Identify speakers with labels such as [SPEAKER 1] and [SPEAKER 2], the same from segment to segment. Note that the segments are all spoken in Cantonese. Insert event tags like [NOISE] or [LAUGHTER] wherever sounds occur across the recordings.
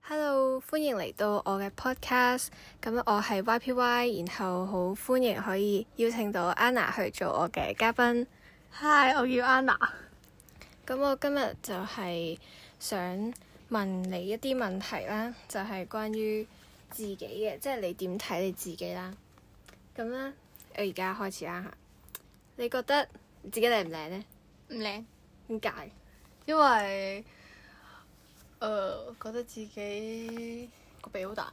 [SPEAKER 1] Hello，歡迎嚟到我嘅 podcast。咁我係 YPY，然後好歡迎可以邀請到 Anna 去做我嘅嘉賓。
[SPEAKER 2] Hi，我叫 Anna。
[SPEAKER 1] 咁我今日就係想問你一啲問題啦，就係、關於自己嘅，即係你點睇你自己啦。咁咧，我而家開始啦嚇。你覺得自己靚唔靚呢？
[SPEAKER 2] 唔靚，
[SPEAKER 1] 點解？
[SPEAKER 2] 因為誒、呃、覺得自己個鼻好大，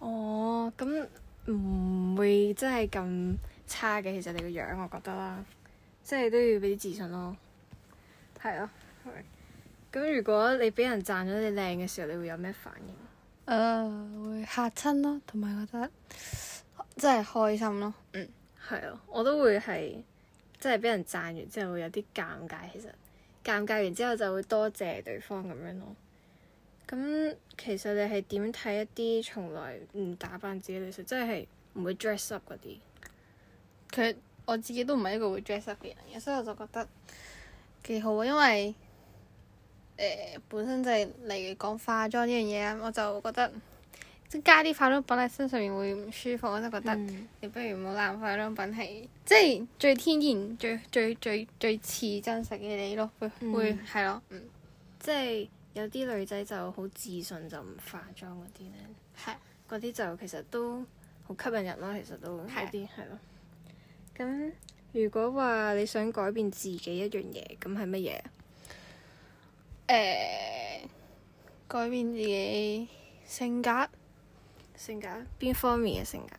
[SPEAKER 1] 哦，咁唔會真係咁差嘅。其實你個樣，我覺得啦，即係都要俾啲自信咯。係咯，係。咁如果你俾人讚咗你靚嘅時候，你會有咩反應？
[SPEAKER 2] 誒、呃會嚇親咯，同埋覺得真係開心咯。嗯，
[SPEAKER 1] 係咯，我都會係，即係俾人讚完之後會有啲尷尬。其實尷尬完之後就會多謝對方咁樣咯。咁其實你係點睇一啲從來唔打扮自己嘅女仔，即係唔會 dress up 嗰啲？
[SPEAKER 2] 佢我自己都唔係一個會 dress up 嘅人嘅，所以我就覺得幾好啊，因為誒、呃本身就係例如講化妝呢樣嘢啊，我就覺得即係加啲化妝品喺身上面會唔舒服，我就覺得。
[SPEAKER 1] 嗯
[SPEAKER 2] 你不如冇濫化妝品係，即係最天然、最最最最似真實嘅你咯，會
[SPEAKER 1] 嗯
[SPEAKER 2] 會係咯，嗯，
[SPEAKER 1] 即係有啲女仔就好自信就唔化妝嗰啲咧，
[SPEAKER 2] 係
[SPEAKER 1] 嗰啲就其實都好吸引人咯。其實都有
[SPEAKER 2] 係
[SPEAKER 1] 啲係咯。咁如果話你想改變自己一樣嘢，咁係乜嘢？
[SPEAKER 2] 誒呃改變自己性格
[SPEAKER 1] 性格邊方面嘅性格？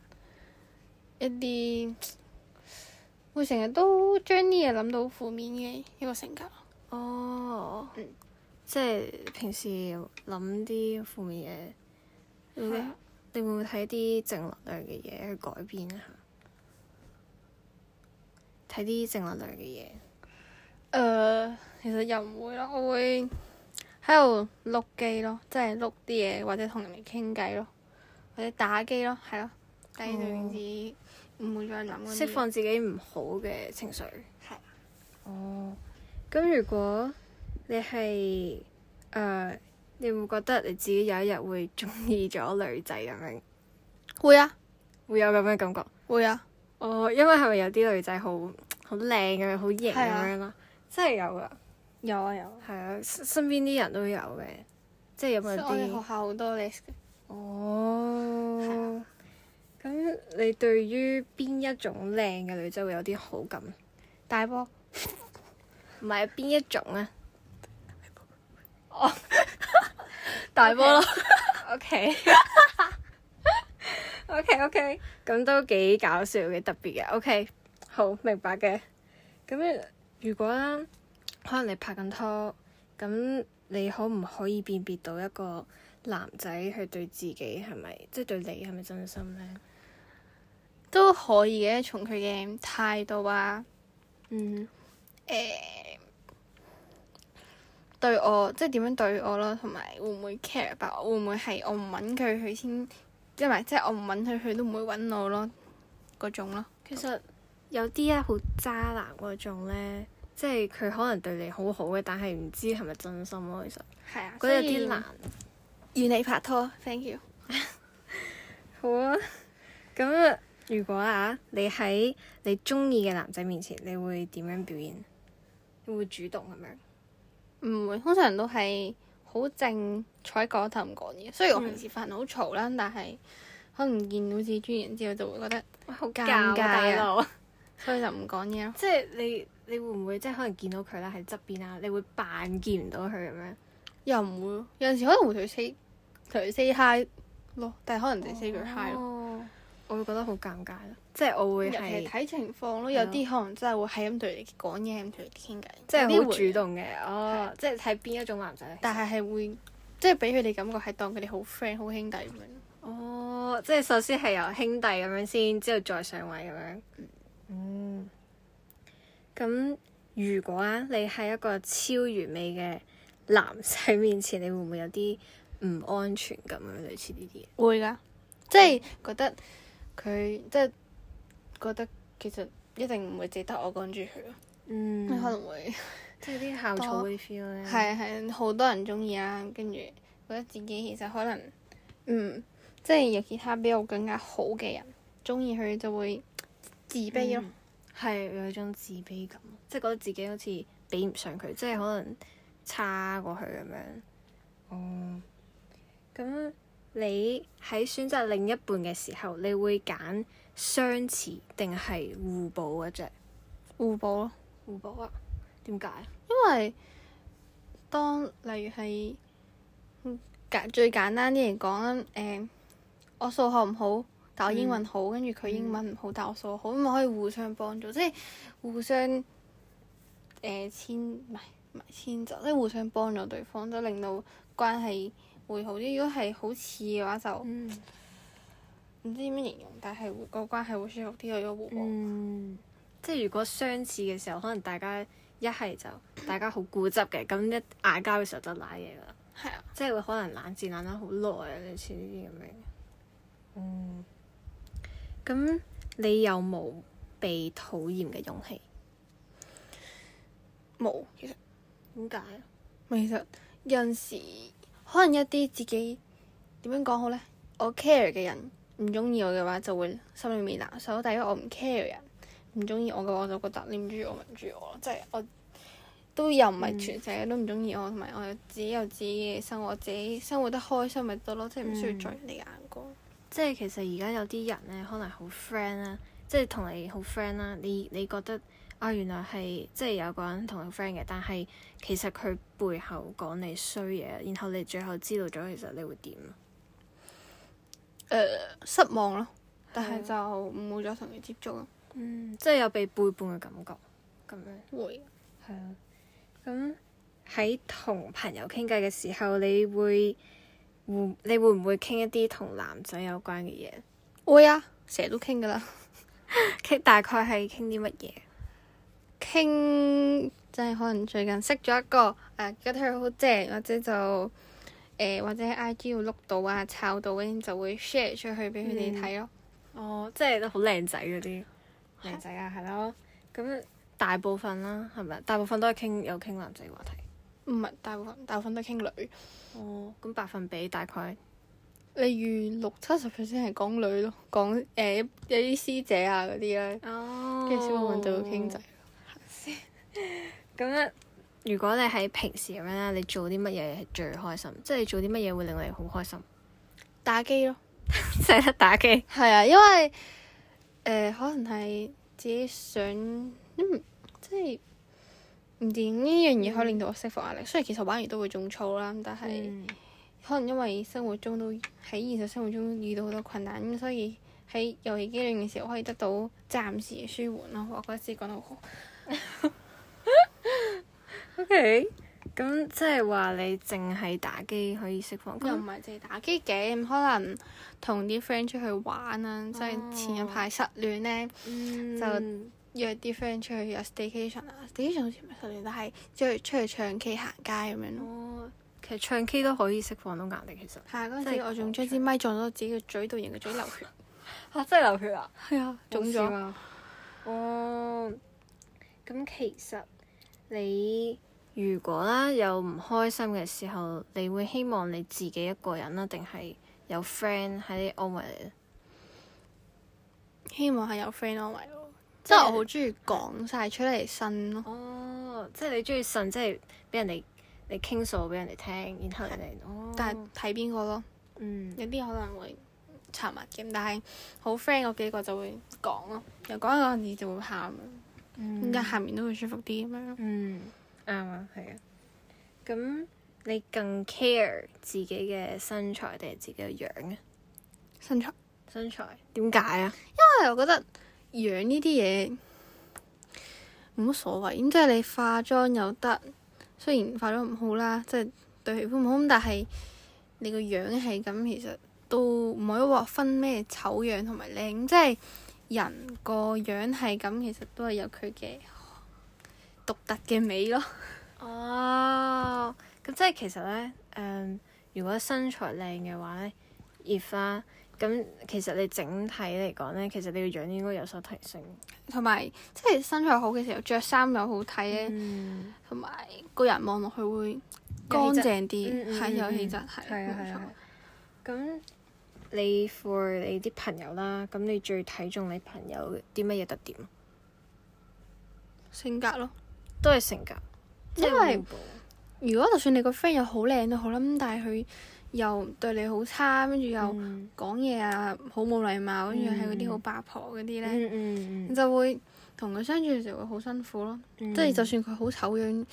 [SPEAKER 2] 一啲，會成日都將啲嘢諗到負面嘅一個性格，
[SPEAKER 1] 哦，
[SPEAKER 2] 嗯
[SPEAKER 1] 即係平時諗啲負面嘢，你會
[SPEAKER 2] 係啊
[SPEAKER 1] 你會唔會睇啲正能量嘅嘢去改變一下？睇啲正能量嘅嘢，
[SPEAKER 2] 誒、其實又唔會咯，我會喺度碌機咯，即係碌啲嘢或者同人哋傾偈咯，或者打機咯，係咯，但係
[SPEAKER 1] 哦
[SPEAKER 2] 就自己唔會再諗嗰啲嘢
[SPEAKER 1] 釋放自己唔好嘅情緒。
[SPEAKER 2] 係。
[SPEAKER 1] 哦，咁如果你係誒、呃你會唔會覺得你自己有一日會中意咗女仔咁樣，
[SPEAKER 2] 會啊，
[SPEAKER 1] 會有咁嘅感覺？
[SPEAKER 2] 會啊，
[SPEAKER 1] 哦，因為係咪有啲女仔好好靚咁樣，好型
[SPEAKER 2] 係
[SPEAKER 1] 咁
[SPEAKER 2] 啊
[SPEAKER 1] 樣啦？真係有噶，
[SPEAKER 2] 有啊有啊。
[SPEAKER 1] 係啊，身身邊啲人都有嘅，即係有
[SPEAKER 2] 所
[SPEAKER 1] 冇
[SPEAKER 2] 以我哋學校
[SPEAKER 1] 啲？
[SPEAKER 2] 好多 list 嘅係
[SPEAKER 1] 哦，咁你對於邊一種靚嘅女仔會有啲好感？
[SPEAKER 2] 大波，
[SPEAKER 1] 唔係邊一種啊？
[SPEAKER 2] 大
[SPEAKER 1] 波咯。O K O K O K，咁都幾搞笑嘅，特別嘅。O、k 好明白嘅。咁如果啦，可能你拍緊拖，咁你可唔可以辨別到一個男仔佢對自己係咪，即係對你係咪真心咧？
[SPEAKER 2] 都可以嘅，從佢嘅態度啊，
[SPEAKER 1] 嗯，
[SPEAKER 2] 誒、對我即係點樣對我咯，同埋會唔會 care about 我，會唔會係我唔揾佢佢先，即係咪即係我唔揾佢佢都唔會揾我咯，嗰種咯。
[SPEAKER 1] 其實有啲咧好渣男嗰種咧，即係佢可能對你好好嘅，但係唔知係咪真心咯。其實
[SPEAKER 2] 係啊，
[SPEAKER 1] 覺得有啲難。
[SPEAKER 2] 與你拍拖，thank you。
[SPEAKER 1] 好啊，咁如果啊，你喺你中意嘅男仔面前，你會點樣表現？你會主動咁樣？
[SPEAKER 2] 唔會，通常都係好靜，坐喺嗰頭唔講嘢。雖然我平時發人好嘈啦，但係可能見到自己中意人之後，就會覺得
[SPEAKER 1] 好尷
[SPEAKER 2] 尬啊
[SPEAKER 1] 佬！
[SPEAKER 2] 所以就唔講嘢咯。
[SPEAKER 1] [LAUGHS] 即係你，你會唔會即係可能見到佢啦喺側邊啊啦，你會扮見唔到佢咁樣？
[SPEAKER 2] 又唔會咯，有陣時可能會同佢 say 同佢 say hi 咯，但係可能就 say 句 hi 咯。
[SPEAKER 1] 咯。我會覺得好尷尬咯，即係我
[SPEAKER 2] 尤
[SPEAKER 1] 會
[SPEAKER 2] 其
[SPEAKER 1] 係
[SPEAKER 2] 係睇情況咯，
[SPEAKER 1] 係
[SPEAKER 2] 有
[SPEAKER 1] 咯
[SPEAKER 2] 啲可能真係會係咁對你講嘢，係咁對你傾偈，
[SPEAKER 1] 即係
[SPEAKER 2] 有啲
[SPEAKER 1] 好
[SPEAKER 2] 會
[SPEAKER 1] 主，動嘅，哦，啊即係睇邊一種男仔。
[SPEAKER 2] 但係係會即係俾佢哋感覺係當佢哋好 friend、好兄弟咁樣。
[SPEAKER 1] 哦，即係首先係由兄弟咁樣先，之後再上位咁樣。嗯。咁如果啊，你喺一個超完美嘅男仔面前，你會唔會有啲唔安全感啊？類似呢啲嘢。
[SPEAKER 2] 會噶，即係覺得佢即係覺得其實一定唔會只得我講住佢咯，
[SPEAKER 1] 嗯
[SPEAKER 2] 可能會
[SPEAKER 1] 即係啲校草嗰啲 feel 咧。。
[SPEAKER 2] 啊係係好多人中意啦，跟住覺覺得自己其實可能，嗯，即係有其他比我更加好嘅人中意佢，就會自卑
[SPEAKER 1] 嗯
[SPEAKER 2] 咯。
[SPEAKER 1] 係有一種自卑感，即係覺得自己好似比唔上佢，即係可能差過佢咁樣。哦，咁你喺選擇另一半嘅時候，你會揀相似定係互補嗰隻？
[SPEAKER 2] 互補咯。
[SPEAKER 1] 互補啊？點解？
[SPEAKER 2] 因為當例如係嗯簡最簡單啲嚟講啦，誒、我數學唔好，但我英文好，跟住佢英文唔好，但我數學好，咁咪可以互相幫助，即係互相誒、遷唔係唔係遷就，即係互相幫助對方，就令到關係會好啲。如果係好似嘅話，就
[SPEAKER 1] 嗯
[SPEAKER 2] 唔知點樣形容，但係會個關係會舒服啲咯。如果互補
[SPEAKER 1] 嗯，即係如果相似嘅時候，可能大家一係就大家好固執嘅，咁一嗌交嘅時候就賴嘢啦。
[SPEAKER 2] 係啊，
[SPEAKER 1] 即係會可能冷戰冷得好耐啊，類似呢啲咁樣。嗯，咁你有冇被討厭嘅勇氣？
[SPEAKER 2] 冇其實。
[SPEAKER 1] 點解？
[SPEAKER 2] 咪其實有陣時，可能一啲自己點樣講好呢？我 care 嘅人唔中意我嘅話，就會心裏面難受。但係因為我唔 care 人唔中意我嘅話，我就覺得你唔中意我咪唔中意我咯。即係我都又唔係全世界都唔中意我，同埋我自己有自己嘅生活，自己生活得開心咪得咯，即係唔需要在意你嘅眼光。
[SPEAKER 1] 即係其實而家有啲人咧，可能好 friend 啦，即係同你好 friend 啦。你你覺得啊，原來係即係有個人同你 friend 嘅，但係其實佢背後講你衰嘢，然後你最後知道咗，其實你會點啊？
[SPEAKER 2] 呃失望咯，但係
[SPEAKER 1] 係
[SPEAKER 2] 就唔會再同佢接觸咯。
[SPEAKER 1] 嗯，即係有被背叛嘅感覺咁樣。
[SPEAKER 2] 會
[SPEAKER 1] 係啊，咁喺同朋友傾偈嘅時候，你會會你會唔會傾一啲同男仔有關嘅嘢？
[SPEAKER 2] 會啊，成日都傾噶啦。
[SPEAKER 1] 傾大概係傾啲乜嘢？
[SPEAKER 2] 傾即係可能最近識咗一個誒，呃覺得佢好正，或者就誒、呃或者喺 I G 度碌到啊、抄到嗰啲，就會 share 出去俾佢哋睇咯。
[SPEAKER 1] 哦，即係好靚仔嗰啲
[SPEAKER 2] 係
[SPEAKER 1] 靚仔啊，係咯。咁大部分啦，係咪？大部分都係傾有傾男仔話題。
[SPEAKER 2] 唔係大部分，大部分都傾女，
[SPEAKER 1] 哦，咁百分比大概
[SPEAKER 2] 例如六七十 percent 係講女咯，講誒、呃有啲師姐啊嗰啲咧，
[SPEAKER 1] 哦
[SPEAKER 2] 跟住小部分就會傾偈。。
[SPEAKER 1] 咁咧，如果你喺平時咁樣啦，你做啲乜嘢係最開心？即係你做啲乜嘢會令你好開心？ [LAUGHS]
[SPEAKER 2] 打機咯，
[SPEAKER 1] 即係得打機。
[SPEAKER 2] 係啊，因為誒、呃可能係自己想，嗯即係唔知呢樣嘢可以令到我釋放壓力。雖然其實玩完都會中操啦，但係。
[SPEAKER 1] 嗯
[SPEAKER 2] 可能因為生活中都喺現實生活中遇到好多困難，咁所以喺遊戲機裏面嘅時候可以得到暫時嘅舒緩咯。我覺得自己講得好好，
[SPEAKER 1] O K，咁即係話你淨係打機可以釋放，
[SPEAKER 2] 又
[SPEAKER 1] 咁
[SPEAKER 2] 唔係淨係打機嘅，咁可能同啲 friend 出去玩啊，即係前一排失戀咧，
[SPEAKER 1] 嗯
[SPEAKER 2] 約啲 friend 出去有 staycation 啊，staycation 好似唔係失戀，但係即係出去唱 K 行街咁樣咯。
[SPEAKER 1] 哦，其實唱 K 都可以釋放到壓力，其實
[SPEAKER 2] 係啊，嗰
[SPEAKER 1] 即
[SPEAKER 2] 陣時
[SPEAKER 1] 係
[SPEAKER 2] 我仲將支咪撞到自己嘅嘴度，然個嘴流血。
[SPEAKER 1] 嚇真係流血啊，
[SPEAKER 2] 係啊， [LAUGHS] 腫
[SPEAKER 1] 腫
[SPEAKER 2] 咗。
[SPEAKER 1] 咗哦。咁其實你如果啦有唔開心嘅時候，你會希望你自己一個人啦，定係有 friend 喺你，oh 安慰你咧？
[SPEAKER 2] 希望係有 friend 安慰我，
[SPEAKER 1] 即
[SPEAKER 2] 即
[SPEAKER 1] 係
[SPEAKER 2] 係我好中意講晒出嚟呻咯。
[SPEAKER 1] 哦，即係你中意呻，即係俾人哋你傾訴俾人哋聽，然後人哋哦，
[SPEAKER 2] 但係睇邊個咯，
[SPEAKER 1] 嗯。
[SPEAKER 2] 有啲可能會沉默嘅，但係好 friend 嗰幾個就會講咯，又講嗰陣時就會喊，咁但係下面都會舒服啲咁樣。
[SPEAKER 1] 嗯，啱啊，係啊。咁你更 care 自己嘅身材定係自己嘅樣啊？
[SPEAKER 2] 身材，
[SPEAKER 1] 身材點解啊？
[SPEAKER 2] 因為我覺得樣呢啲嘢冇乜所謂，咁即係你化妝又得，雖然化妝唔好啦，即係對皮膚唔好，咁但係你個樣係咁，其實都唔可以話分咩醜樣同埋靚，即係人個樣係咁，其實都係有佢嘅獨特嘅美咯。
[SPEAKER 1] 嗯哦，咁即係其實咧，誒、如果身材靚嘅話咧，if 啦，咁其實你整體嚟講咧，其實你個樣應該有所提升。
[SPEAKER 2] 同埋即係身材好嘅時候，着衫又好睇咧，啊
[SPEAKER 1] 嗯，
[SPEAKER 2] 同埋個人望落去會乾淨
[SPEAKER 1] 嗯嗯
[SPEAKER 2] 啲，係
[SPEAKER 1] 嗯
[SPEAKER 2] 有
[SPEAKER 1] 嗯
[SPEAKER 2] 氣質，係
[SPEAKER 1] 係啊係
[SPEAKER 2] 冇錯
[SPEAKER 1] 啊。係咁你 for 你啲朋友啦，咁你最睇重你朋友啲乜嘢特點？
[SPEAKER 2] 性格咯。
[SPEAKER 1] 都係性格，即
[SPEAKER 2] 因
[SPEAKER 1] 係
[SPEAKER 2] 為
[SPEAKER 1] 互補
[SPEAKER 2] 如果就算你個 friend 又好靚都好啦，咁但係佢又對你好差，跟住又
[SPEAKER 1] 嗯
[SPEAKER 2] 講嘢啊，好冇禮貌，跟住係嗰
[SPEAKER 1] 嗯
[SPEAKER 2] 啲好八婆嗰啲咧，
[SPEAKER 1] 嗯嗯
[SPEAKER 2] 你
[SPEAKER 1] 嗯
[SPEAKER 2] 就會同佢相處嘅時候會好辛苦咯。
[SPEAKER 1] 嗯，
[SPEAKER 2] 即係就算佢好醜樣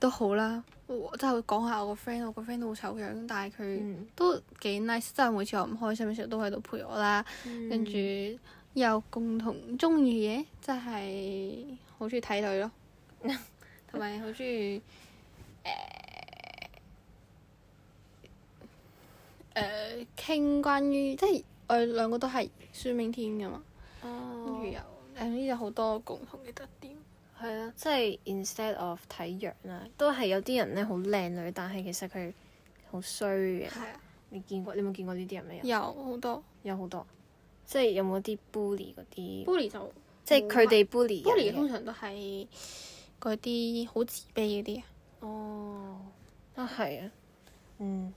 [SPEAKER 2] 都好啦，我即係講下我個 friend，我個 friend 都好醜樣，但係佢
[SPEAKER 1] 嗯
[SPEAKER 2] 都幾 nice，即係每次我唔開心嘅時候都喺度陪我啦，跟住又共同中意嘅嘢，即係好中意睇女 [LAUGHS] 咯，同埋好中意誒誒傾關於即係我哋兩個都係孫明天㗎嘛，跟住
[SPEAKER 1] 哦，
[SPEAKER 2] 又誒呢有好多共同嘅特點。
[SPEAKER 1] 係啊，即係 instead of 睇樣啦，都係有啲人咧好靚女，但係其實佢好衰嘅。
[SPEAKER 2] 係啊，
[SPEAKER 1] 你見過？你有冇見過呢啲人咩？
[SPEAKER 2] 有好多
[SPEAKER 1] 有好多，即係有冇啲 bully 嗰啲，
[SPEAKER 2] bully 就啊
[SPEAKER 1] 即係佢哋 bully
[SPEAKER 2] 不離
[SPEAKER 1] 人嘅
[SPEAKER 2] 通常都係嗰啲好自卑嗰啲啊，
[SPEAKER 1] 哦，啊係啊，嗯，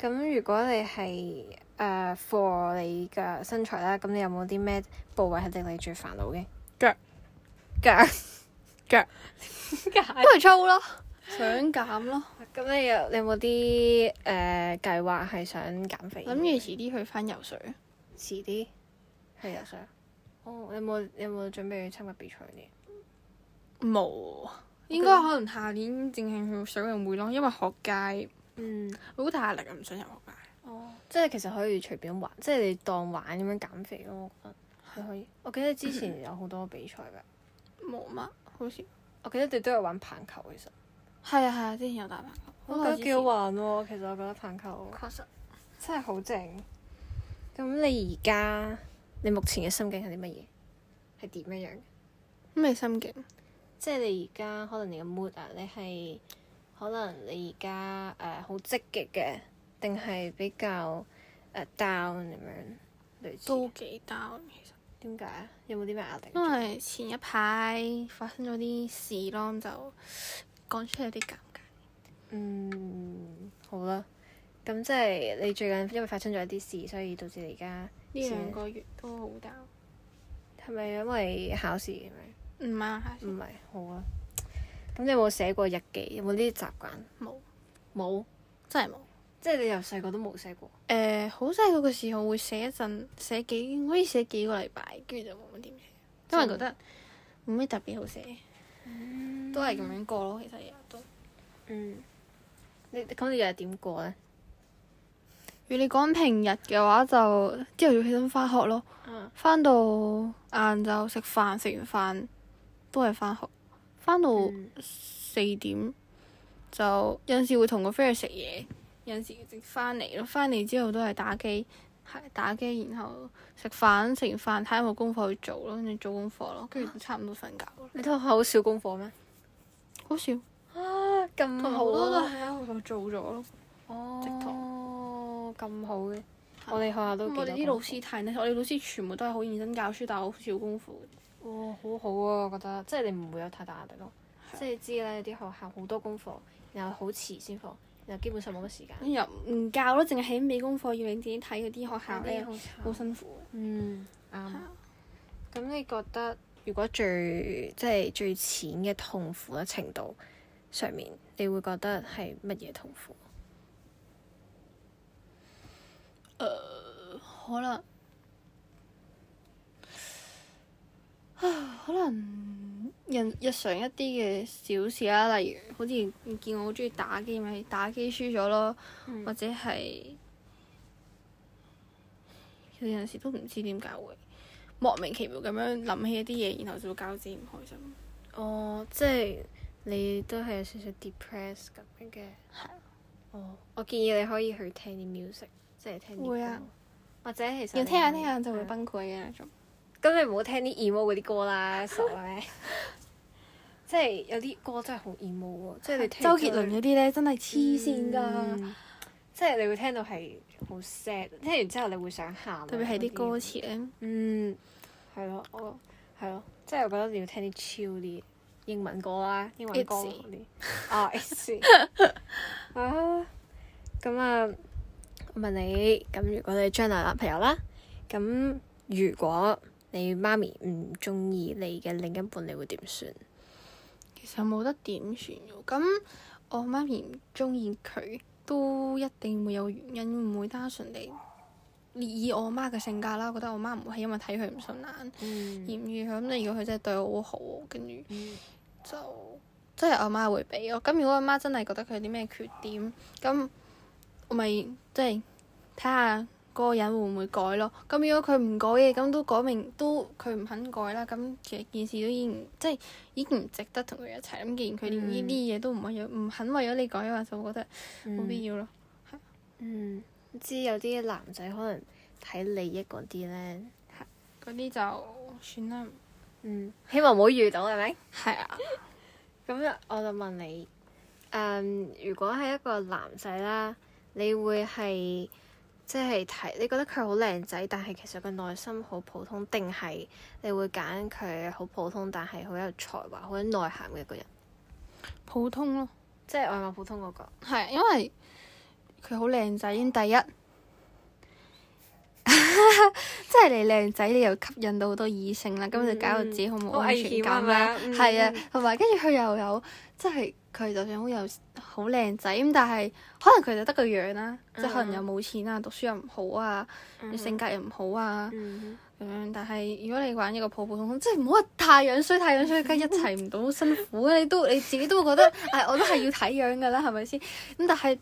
[SPEAKER 1] 咁如果你係誒 for 你嘅身材啦，咁你有冇啲咩部位係令你最煩惱嘅？
[SPEAKER 2] 腳
[SPEAKER 1] 腳 [LAUGHS]
[SPEAKER 2] 腳
[SPEAKER 1] 點解？
[SPEAKER 2] 都係粗咯，想減咯，
[SPEAKER 1] 咁你有你有冇啲誒計劃係想減肥？
[SPEAKER 2] 諗住遲啲去翻游水，
[SPEAKER 1] 遲啲係啊游水。哦，你有冇你有冇準備去參加比賽嗰啲？
[SPEAKER 2] 冇，啊應該可能下年淨係去水泳會咯，因為學界
[SPEAKER 1] 嗯，
[SPEAKER 2] 好大壓力啊，唔想入學界。
[SPEAKER 1] 哦，即係其實可以隨便玩，即係你當玩咁樣減肥咯。我覺得你可以。我記得之前有好多比賽㗎。
[SPEAKER 2] 冇乜，好似
[SPEAKER 1] 我記得哦你都有玩棒球，其實
[SPEAKER 2] 係啊係啊，之前有打棒球，好
[SPEAKER 1] 我覺
[SPEAKER 2] 耐
[SPEAKER 1] 得
[SPEAKER 2] 之
[SPEAKER 1] 幾
[SPEAKER 2] 前
[SPEAKER 1] 好，玩喎。其實我覺得棒球
[SPEAKER 2] 確實
[SPEAKER 1] 真係好正。咁你而家你目前嘅心境係啲乜嘢？係點樣樣？
[SPEAKER 2] 咩心境？
[SPEAKER 1] 即係你而家可能你嘅 mood 啊，你係可能你而家誒好積極嘅，定係比較誒、呃 down 咁樣類似？
[SPEAKER 2] 都幾 down 其實，
[SPEAKER 1] 點解啊？有冇啲咩壓力？
[SPEAKER 2] 因為前一排發生咗啲事咯，咁就講出有啲尷尬。
[SPEAKER 1] 嗯，好啦。咁即係你最近因為發生咗一啲事，所以導致你而家
[SPEAKER 2] 呢兩個月都好 down，
[SPEAKER 1] 係咪因為考試咁樣？
[SPEAKER 2] 唔係啊
[SPEAKER 1] 唔係，好啊。咁你有冇寫過日記？有冇呢啲習慣？
[SPEAKER 2] 冇，
[SPEAKER 1] 冇，
[SPEAKER 2] 真係冇。
[SPEAKER 1] 即係你由細個都冇寫過。
[SPEAKER 2] 誒呃好細個嘅時候會寫一陣，寫幾可以寫幾個禮拜，跟住就冇乜點寫，因為覺得冇咩特別好寫，嗯都係咁樣過咯。其實日日都，如
[SPEAKER 1] 嗯，你咁你日日點過咧？
[SPEAKER 2] 果你講平日嘅話，就朝頭早起身翻學咯，
[SPEAKER 1] 啊，
[SPEAKER 2] 翻到晏晝食飯，食完飯都係翻學，翻到
[SPEAKER 1] 嗯
[SPEAKER 2] 四點就有陣時會同個 friend 去食嘢，有陣時直翻嚟咯。翻嚟之後都係打機，係打機，然後食飯，食完飯睇下有冇功課去做咯，跟住做功課咯，跟住差唔多瞓覺咯。
[SPEAKER 1] 你同學好少功課咩？
[SPEAKER 2] 好少，
[SPEAKER 1] 啊，咁
[SPEAKER 2] 同埋嗯好多都係喺學校做咗咯。
[SPEAKER 1] 哦，
[SPEAKER 2] 直
[SPEAKER 1] 堂咁好嘅。
[SPEAKER 2] 係
[SPEAKER 1] 我哋學校都
[SPEAKER 2] 咁
[SPEAKER 1] 幾
[SPEAKER 2] 我
[SPEAKER 1] 多
[SPEAKER 2] 哋啲
[SPEAKER 1] 功
[SPEAKER 2] 老師太叻，我哋老師全部都係好認真教書，但係好少功課嘅。
[SPEAKER 1] 課哦，好好啊，我覺得，即係你唔會有太大壓力咯。
[SPEAKER 2] 係
[SPEAKER 1] 即係知啦，有啲學校好多功課，然後好遲先放，然後基本上冇乜時間。
[SPEAKER 2] 又唔教咯，淨係起尾功課要你自己睇嗰啲學校咧，
[SPEAKER 1] 好
[SPEAKER 2] 好辛苦啊
[SPEAKER 1] 嗯，
[SPEAKER 2] 嘅。
[SPEAKER 1] 啱
[SPEAKER 2] 係。啊
[SPEAKER 1] 咁你覺得如果最即係最淺嘅痛苦嘅程度上面，你會覺得係乜嘢痛苦？
[SPEAKER 2] 可能啊，可能人日常一啲嘅小事啦，例如好似你見我好中意打機咪打機輸咗咯，
[SPEAKER 1] 嗯
[SPEAKER 2] 或者係其實有陣時都唔知點解會莫名其妙咁樣諗起一啲嘢，然後就會搞到自己唔開心。
[SPEAKER 1] 哦，即係你都係有少少 depress 咁樣嘅。
[SPEAKER 2] 係
[SPEAKER 1] 哦，我建議你可以去聽啲 music，即係聽啲
[SPEAKER 2] 會啊
[SPEAKER 1] 歌，或者其實
[SPEAKER 2] 要
[SPEAKER 1] 你
[SPEAKER 2] 聽下
[SPEAKER 1] 可以
[SPEAKER 2] 聽下就會
[SPEAKER 1] 係啊
[SPEAKER 2] 崩潰嘅一種。
[SPEAKER 1] 咁你唔好聽啲 emo 嗰啲歌啦，傻嘅 [LAUGHS] 咩？即係有啲歌真係好 emo 喎，即係你聽
[SPEAKER 2] 周杰
[SPEAKER 1] 咗
[SPEAKER 2] 倫
[SPEAKER 1] 佢
[SPEAKER 2] 嗰啲咧真係黐線㗎，
[SPEAKER 1] 嗯即係你會聽到係好 sad，聽完之後你會想喊啊。
[SPEAKER 2] 特別係啲歌
[SPEAKER 1] 嗰
[SPEAKER 2] 詞咧。
[SPEAKER 1] 嗯，係咯，我係咯，即係我覺得你要聽啲 chill 啲，英文歌啦，英文歌
[SPEAKER 2] Itzy
[SPEAKER 1] 嗰啲。哦 Itzy
[SPEAKER 2] [LAUGHS]
[SPEAKER 1] 啊，咁啊，我問你，咁如果你將來有男朋友啦，咁如果你媽咪唔中意你嘅另一半，你會點算？
[SPEAKER 2] 其實冇得點算嘅。咁我媽咪唔中意佢，都一定會有原因，唔會單純地以我媽嘅性格啦，我覺得我媽唔會係因為睇佢唔順眼嫌棄佢。咁你如果佢真係對我好好，跟住
[SPEAKER 1] 嗯
[SPEAKER 2] 就即係我媽會俾我。咁如果我媽真係覺得佢有啲咩缺點，咁我咪即係睇下嗰個人會唔會改咯。咁如果佢唔改嘅，咁都講明都佢唔肯改啦。咁其實件事都已經即係已經唔值得同佢一齊。咁既然佢連呢啲嘢都唔為咗唔肯為咗你改嘅話，就覺得冇必要咯。
[SPEAKER 1] 嗯，知有啲男仔可能睇利益嗰啲咧，
[SPEAKER 2] 嗰啲就算啦。
[SPEAKER 1] 嗯，希望唔好遇到係咪？
[SPEAKER 2] 係啊，
[SPEAKER 1] 咁我就問你，誒、嗯如果係一個男仔啦，你會係即係睇你覺得佢好靚仔，但係其實佢內心好普通，定係你會揀佢好普通，但係好有才華、好有內涵嘅一個人，
[SPEAKER 2] 普通咯。
[SPEAKER 1] 即係外貌普通嗰、個。
[SPEAKER 2] 係因為佢好靚仔，已經第一， [LAUGHS] 即係你靚仔，你又吸引到好多異性啦，咁就搞到自己好冇
[SPEAKER 1] 好
[SPEAKER 2] 安
[SPEAKER 1] 危
[SPEAKER 2] 全
[SPEAKER 1] 險啊
[SPEAKER 2] 感啦。
[SPEAKER 1] 嘛
[SPEAKER 2] 係啊
[SPEAKER 1] 嗯，
[SPEAKER 2] 同埋跟住佢又有，即係佢就算好有好靚仔，咁但係可能佢就得個樣啦，即係可
[SPEAKER 1] 嗯
[SPEAKER 2] 能又冇錢啊，讀書又唔好啊，性格又唔好啊。
[SPEAKER 1] 嗯，
[SPEAKER 2] 咁樣，但係如果你玩一個普普通通，即係唔好話太樣衰，太樣衰，梗係一齊唔到，好辛苦啊嘅。你都 [LAUGHS] 你自己都會覺得，唉，我都係要睇樣㗎啦，係咪先？咁但係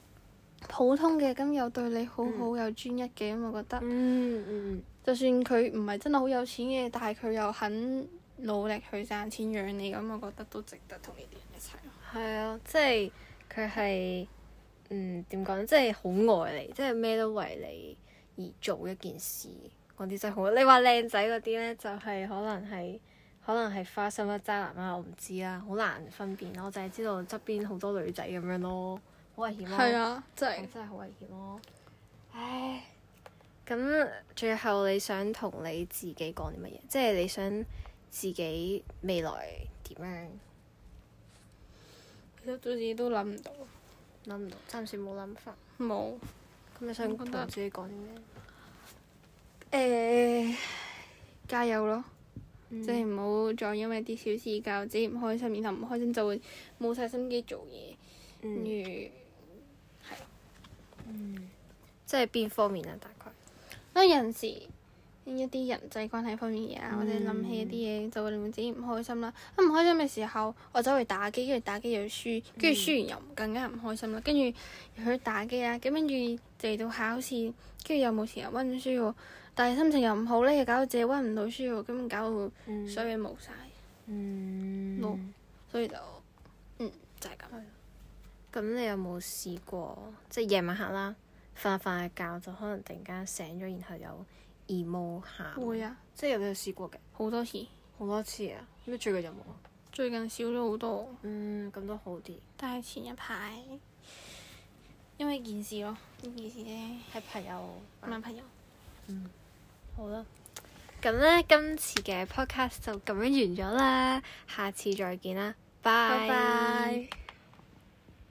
[SPEAKER 2] 普通嘅，咁又對你好好，又專一嘅，咁我覺得，
[SPEAKER 1] 嗯嗯
[SPEAKER 2] 就算佢唔係真係好有錢嘅，但係佢又肯努力去賺錢養你，咁我覺得都值得同呢啲人一齊咯。
[SPEAKER 1] 係啊，即係佢係嗯點講，即係好愛你，即係咩都為你而做一件事，嗰啲真係好。你話靚仔嗰啲咧，就係、可能係可能係花心啊、渣男啊，我唔知啦，好難分辨啊咯。我就係知道側邊好多女仔咁樣咯，好危險咯。
[SPEAKER 2] 係啊，真係
[SPEAKER 1] 係真係好危險咯。唉，咁最後你想同你自己講啲乜嘢？即係你想自己未來點樣？
[SPEAKER 2] 其實自己都諗唔到，
[SPEAKER 1] 諗唔到，暫時冇諗法。
[SPEAKER 2] 冇。
[SPEAKER 1] 咁你想
[SPEAKER 2] 我
[SPEAKER 1] 同
[SPEAKER 2] 覺得
[SPEAKER 1] 自己講啲咩？
[SPEAKER 2] 誒、加油咯！
[SPEAKER 1] 嗯
[SPEAKER 2] 即係唔好再因為啲小事搞自己唔開心，然後唔開心就會冇晒心機做嘢。跟住
[SPEAKER 1] 嗯即係邊方面啊？大概
[SPEAKER 2] 因為有陣時一啲人際關係方面嘅嘢啊，
[SPEAKER 1] 嗯
[SPEAKER 2] 或者諗起一啲嘢就會令到自己唔開心啦。咁唔開心嘅時候，我走去打機，跟住打機又輸，跟住輸完又唔更加唔開心啦。跟住又去打機啊，咁跟住就嚟到考試，跟住又冇時間温書喎，但係心情又唔好咧，又搞到自己温唔到書喎，咁搞到所有嘢冇晒，
[SPEAKER 1] 嗯
[SPEAKER 2] 冇所以就嗯就係、咁。
[SPEAKER 1] 咁你有冇試過即係夜晚黑啦，瞓下瞓下覺就可能突然間醒咗，然後有 emo 喊？
[SPEAKER 2] 會！啊，
[SPEAKER 1] 即係有冇試過嘅？
[SPEAKER 2] 好多次，
[SPEAKER 1] 好多次啊！咁你最近有冇啊？
[SPEAKER 2] 最近少咗好多。
[SPEAKER 1] 嗯，咁都好啲。
[SPEAKER 2] 但係前一排，因為件事咯，呢件事咧，
[SPEAKER 1] 係朋友。
[SPEAKER 2] 男朋友，
[SPEAKER 1] 好啦，咁咧今次嘅 podcast 就咁樣完咗啦，下次再見啦，拜
[SPEAKER 2] 拜拜。